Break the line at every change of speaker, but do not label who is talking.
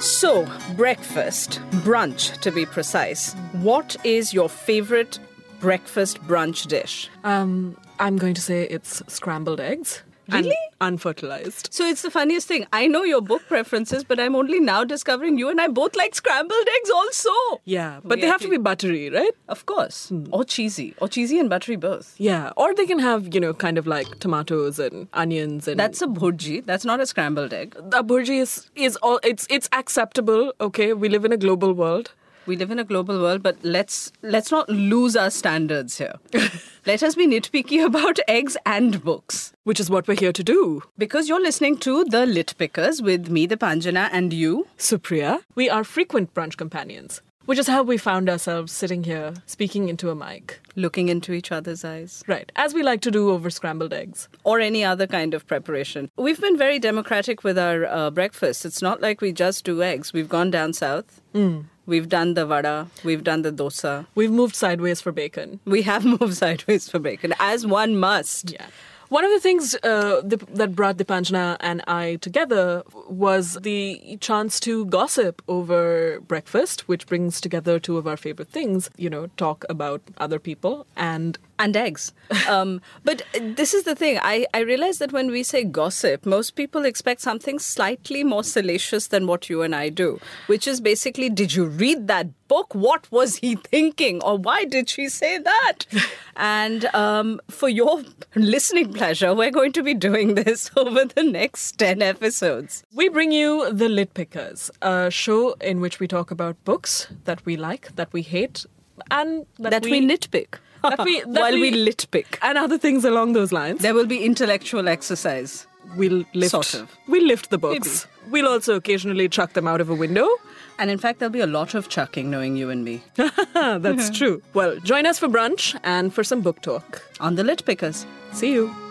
So, breakfast, brunch to be precise. What is your favorite breakfast brunch dish?
Um, I'm going to say it's scrambled eggs. and
Really?
unfertilized.
So it's the funniest thing. I know your book preferences, but I'm only now discovering you and I both like scrambled eggs also.
Yeah, but they have to be Hmm. buttery, right?
Of course. Or cheesy. Or cheesy and buttery both.
Yeah, or they can have, you know, kind of like tomatoes and onions and
That's a bhurji. That's not a scrambled egg.
the bhurji is is all it's it's acceptable. Okay, we live in a global world.
We live in a global world, but let's let's not lose our standards here. Let us be nitpicky about eggs and books.
Which is what we're here to do.
Because you're listening to The Lit Pickers with me, the Panjana, and you.
Supriya, we are frequent brunch companions, which is how we found ourselves sitting here speaking into a mic.
looking into each other's eyes
Right, as we like to do over scrambled eggs.
or any other kind of preparation. We've been very democratic with our uh, breakfast. It's not like we just do eggs. We've gone down south. We've done the vada. We've done the dosa.
We've moved sideways for bacon.
We have moved sideways for bacon, as one must.
Yeah. One of the things uh, the, that brought Dipanjana and I together was the chance to gossip over breakfast, which brings together two of our favorite things, you know, talk about other people. And
And eggs. Um, but this is the thing. I, I realize that when we say gossip, most people expect something slightly more salacious than what you and I do, which is basically, did you read that book? What was he thinking? Or why did she say that? and um, for your listening pleasure, we're going to be doing this over the next 10 episodes.
we bring you The Lit Pickers, a show in which we talk about books that we like, that we hate, and that,
That we, nitpick.
That we- that
While we,
we-
litpick.
and other things along those lines.
There will be intellectual exercise.
We'll lift,
Sort of.
we'll lift the books. We'll also occasionally chuck them out of a window.
And in fact, there'll be a lot of chucking knowing you and me
Ah, that's true. Well, join us for brunch and for some book talk.
on the Lit Pickers.
See you.